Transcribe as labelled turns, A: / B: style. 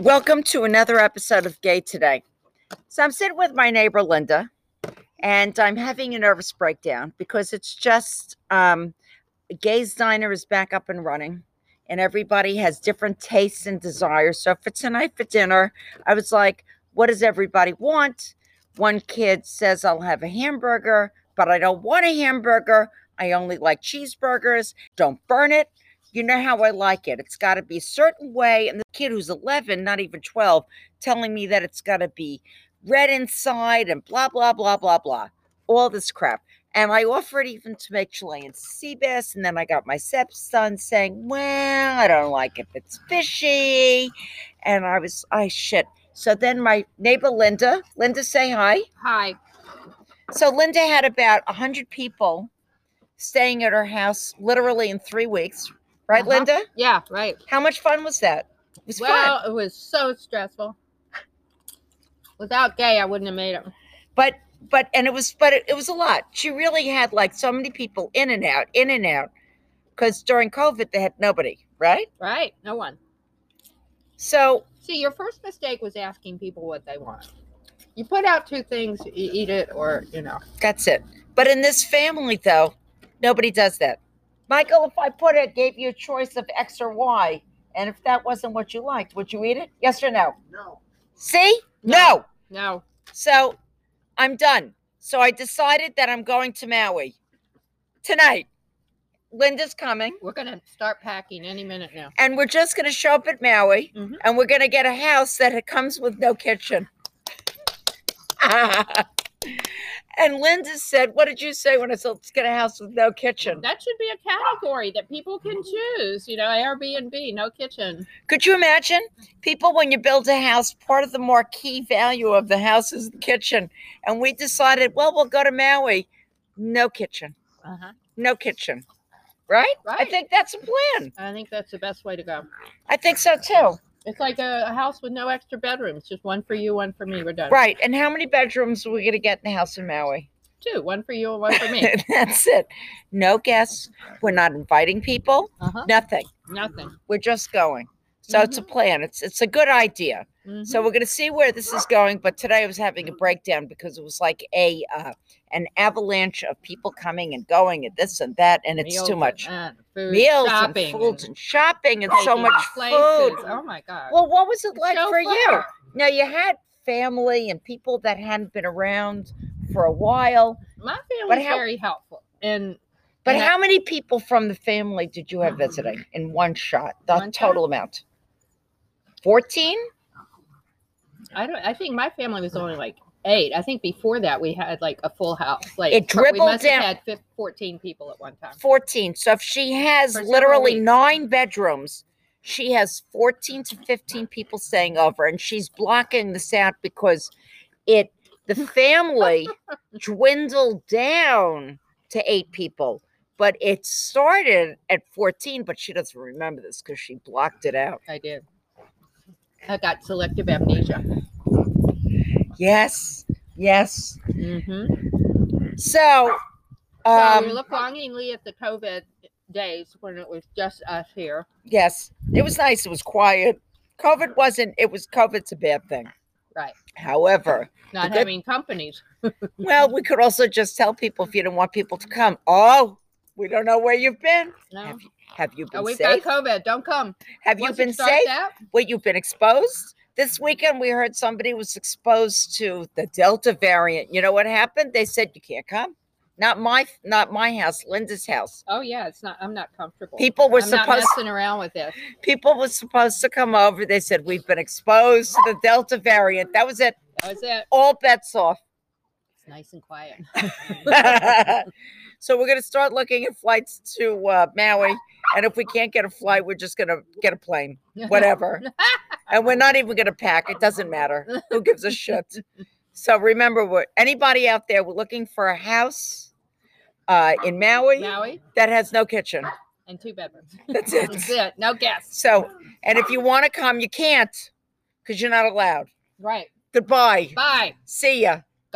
A: Welcome to another episode of Gay Today. So I'm sitting with my neighbor Linda, and I'm having a nervous breakdown because it's just um, Gay's Diner is back up and running, and everybody has different tastes and desires. So for tonight for dinner, I was like, "What does everybody want?" One kid says, "I'll have a hamburger," but I don't want a hamburger. I only like cheeseburgers. Don't burn it you know how I like it. It's got to be a certain way. And the kid who's 11, not even 12, telling me that it's got to be red inside and blah, blah, blah, blah, blah. All this crap. And I offered even to make Chilean sea bass. And then I got my stepson saying, well, I don't like if it's fishy. And I was, I shit. So then my neighbor Linda, Linda, say hi.
B: Hi.
A: So Linda had about 100 people staying at her house literally in three weeks. Right,
B: Uh-huh.
A: Linda?
B: Yeah, right.
A: How much fun was that? It was fun.
B: well, it was so stressful. Without gay, I wouldn't have made it.
A: But but and it was but it, it was a lot. She really had like so many people in and out, in and out. Because during COVID they had nobody, right?
B: Right? No one.
A: So
B: See, your first mistake was asking people what they want. You put out two things, you eat it, or, you know.
A: that's it. But in this family though, nobody does that. Michael, if I put it, gave you a choice of X or Y, and if that wasn't what you liked, would you eat it? Yes or no?
C: No.
A: See?
B: No.
A: no.
B: No.
A: So I'm done. So I decided that I'm going to Maui tonight. Linda's coming,
B: We're going to start packing any minute now.
A: and we're just going to show up at Maui,
B: Mhm.
A: and we're going to get a house that it comes with no kitchen. and Linda said, "What did you say when I said let's get a house with no kitchen?"
B: That should be a category that people can choose. You know, Airbnb, no kitchen.
A: Could you imagine? People, when you build a house, part of the marquee value of the house is the kitchen. And we decided, well, we'll go to Maui, no kitchen.
B: Uh-huh.
A: no kitchen. Right? I
B: Right.
A: think that's a plan.
B: I think that's the best way to go.
A: I think so too.
B: It's like a, a house with no extra bedrooms, just one for you, one for me. We're done.
A: Right. And how many bedrooms are we going to get in the house in Maui?
B: Two, one for you and one for me.
A: that's it. No guests. We're not inviting people.
B: Uh-huh.
A: Nothing.
B: Nothing.
A: We're just going. So it's a
B: Mhm.
A: plan. It's it's a good idea.
B: Mhm.
A: So we're going to see where this is going. But today I was having a breakdown because it was like a uh, an avalanche of people coming and going and this and that, and it's
B: meals
A: too much.
B: And, uh, food,
A: Meals
B: shopping,
A: and foods and shopping and so
B: taking
A: much
B: places.
A: food.
B: Oh my god.
A: Well, what was it
B: It's
A: like
B: so
A: for you?
B: far.
A: Now you had family and people that hadn't been around for a while,
B: My
A: But
B: family's
A: how-
B: very helpful, and
A: but
B: Yeah.
A: how many people from the family did you have visiting in one shot? The
B: One shot?
A: total amount. Fourteen.
B: I don't. I think my family was only like eight. I think before that we had like a full house. Like
A: It
B: per- we
A: dribbled
B: must
A: down.
B: Have had fif- fourteen people at one time.
A: 14. So if she has
B: For several
A: literally
B: weeks.
A: nine bedrooms, she has 14 to 15 people staying over, and she's blocking this out because it the family dwindled down to eight people, but it started at 14, but she doesn't remember this because she blocked it out.
B: I did. I got selective amnesia.
A: Yes, yes.
B: Mm-hmm.
A: So
B: so we
A: um
B: look longingly at the COVID days when it was just us here.
A: yes, it was nice, it was quiet. COVID wasn't it was COVID's a bad thing.
B: Right.
A: However,
B: Not
A: good-
B: having companies.
A: Well, we could also just tell people if you don't want people to come. Oh, we don't know where you've been.
B: No.
A: Have you been
B: Oh, we've
A: safe?
B: got COVID. Don't come.
A: Have you
B: Once it
A: been
B: starts
A: safe?
B: out,
A: What you've been exposed? This weekend we heard somebody was exposed to the Delta variant. You know what happened? They said you can't come. Not my not my house, Linda's house.
B: Oh yeah, it's not. I'm not comfortable.
A: People were
B: I'm not
A: supposed
B: messing around with this.
A: people were supposed to come over. They said we've been exposed to the Delta variant. That was it.
B: That was it.
A: All bets off.
B: It's nice and quiet.
A: so we're going to start looking at flights to uh, Maui, and if we can't get a flight, we're just going to get a plane, whatever. and we're not even going to pack. It doesn't matter. Who gives a shit? So remember, we're, anybody out there, we're looking for a house uh, in Maui
B: Maui
A: that has no kitchen.
B: and two bedrooms.
A: That's
B: That's
A: it.
B: it. No guests.
A: So, and if you want to come, you can't because you're not allowed.
B: Right.
A: Goodbye.
B: Bye.
A: See ya.